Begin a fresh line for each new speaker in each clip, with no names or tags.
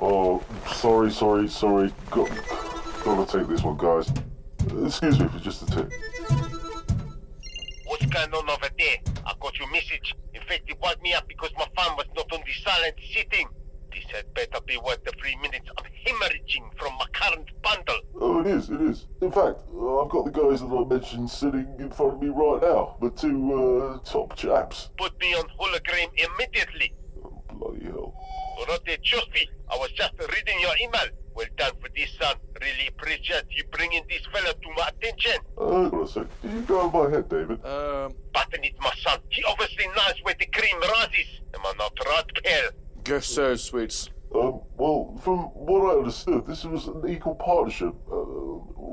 Oh, sorry, sorry, sorry. Got, gotta take this one, guys. Excuse me for just a tick.
What's going on over there? I got your message. In fact, it woke me up because my phone was not on the silent setting. This had better be worth the three minutes I'm hemorrhaging from my current bundle.
Oh, it is, it is. In fact, uh, I've got the guys that I mentioned sitting in front of me right now. The two uh, top chaps.
Put me on hologram immediately.
Oh, bloody hell.
Rote Chospi, I was just reading your email. Well done for this, son. Really appreciate you bringing this fella to my attention.
Uh, hold on a sec. Did you go over my head, David?
Um,
Button it, my son. He obviously knows where the cream rises. Am I not right, pal?
guess so, sweets.
Um, well, from what I understood, this was an equal partnership. Uh,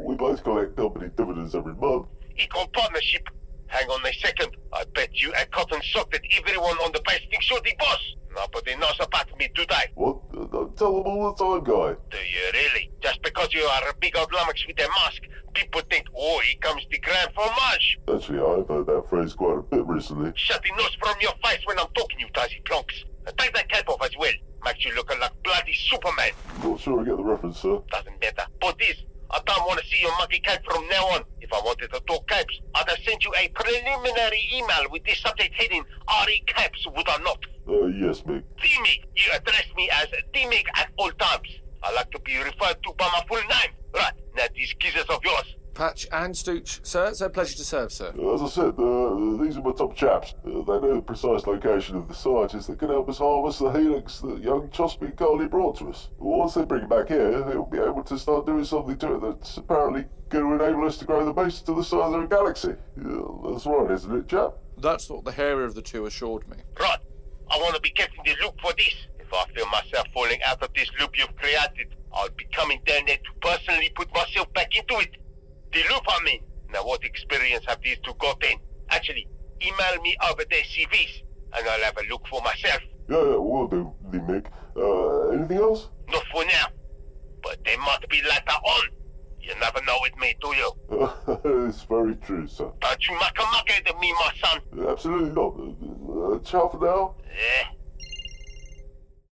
we both collect company dividends every month.
Equal partnership. Hang on a second. I bet you a cotton sock that everyone on the base thinks you're the boss. Nobody knows about me, do they?
What? Uh, I tell them all the time, guy.
Do you really? Just because you are a big old lummox with a mask, people think, oh, here comes the grand fromage.
Actually, I've heard that phrase quite a bit recently.
Shut the nose from your face when I'm talking, you Tassie plonks. And take that cap off as well. Makes you look like bloody Superman.
Not sure I get the reference, sir.
Doesn't matter. But this, I don't want to see your monkey cape from now on. If I wanted to talk capes, I'd have sent you a preliminary email with this subject heading RE Capes, would I not?
Uh, yes, Mick.
D-Mig, you address me as D-Mig at all times. I like to be referred to by my full name. Right, now these geezers of yours.
Patch and Stooch, sir, it's a pleasure to serve, sir.
As I said, uh, these are my top chaps. Uh, they know the precise location of the scientists that can help us harvest the helix that young Chospy Carly brought to us. Once they bring it back here, they'll be able to start doing something to it that's apparently going to enable us to grow the base to the size of a galaxy. Yeah, that's right, isn't it, chap?
That's what the hairer of the two assured me.
Right, I want to be kept in the loop for this. If I feel myself falling out of this loop you've created, I'll be coming down there to personally put myself back into it. The loop I mean. Now what experience have these two got in? Actually, email me over their CVs and I'll have a look for myself.
Yeah, yeah, we'll do, the Mick. Uh, anything else?
Not for now, but they might be later on. You never know with me, do you?
it's very true, sir.
Don't you mucka mucka at me, my son.
uh, Absolutely not. Uh, ciao for now.
Yeah.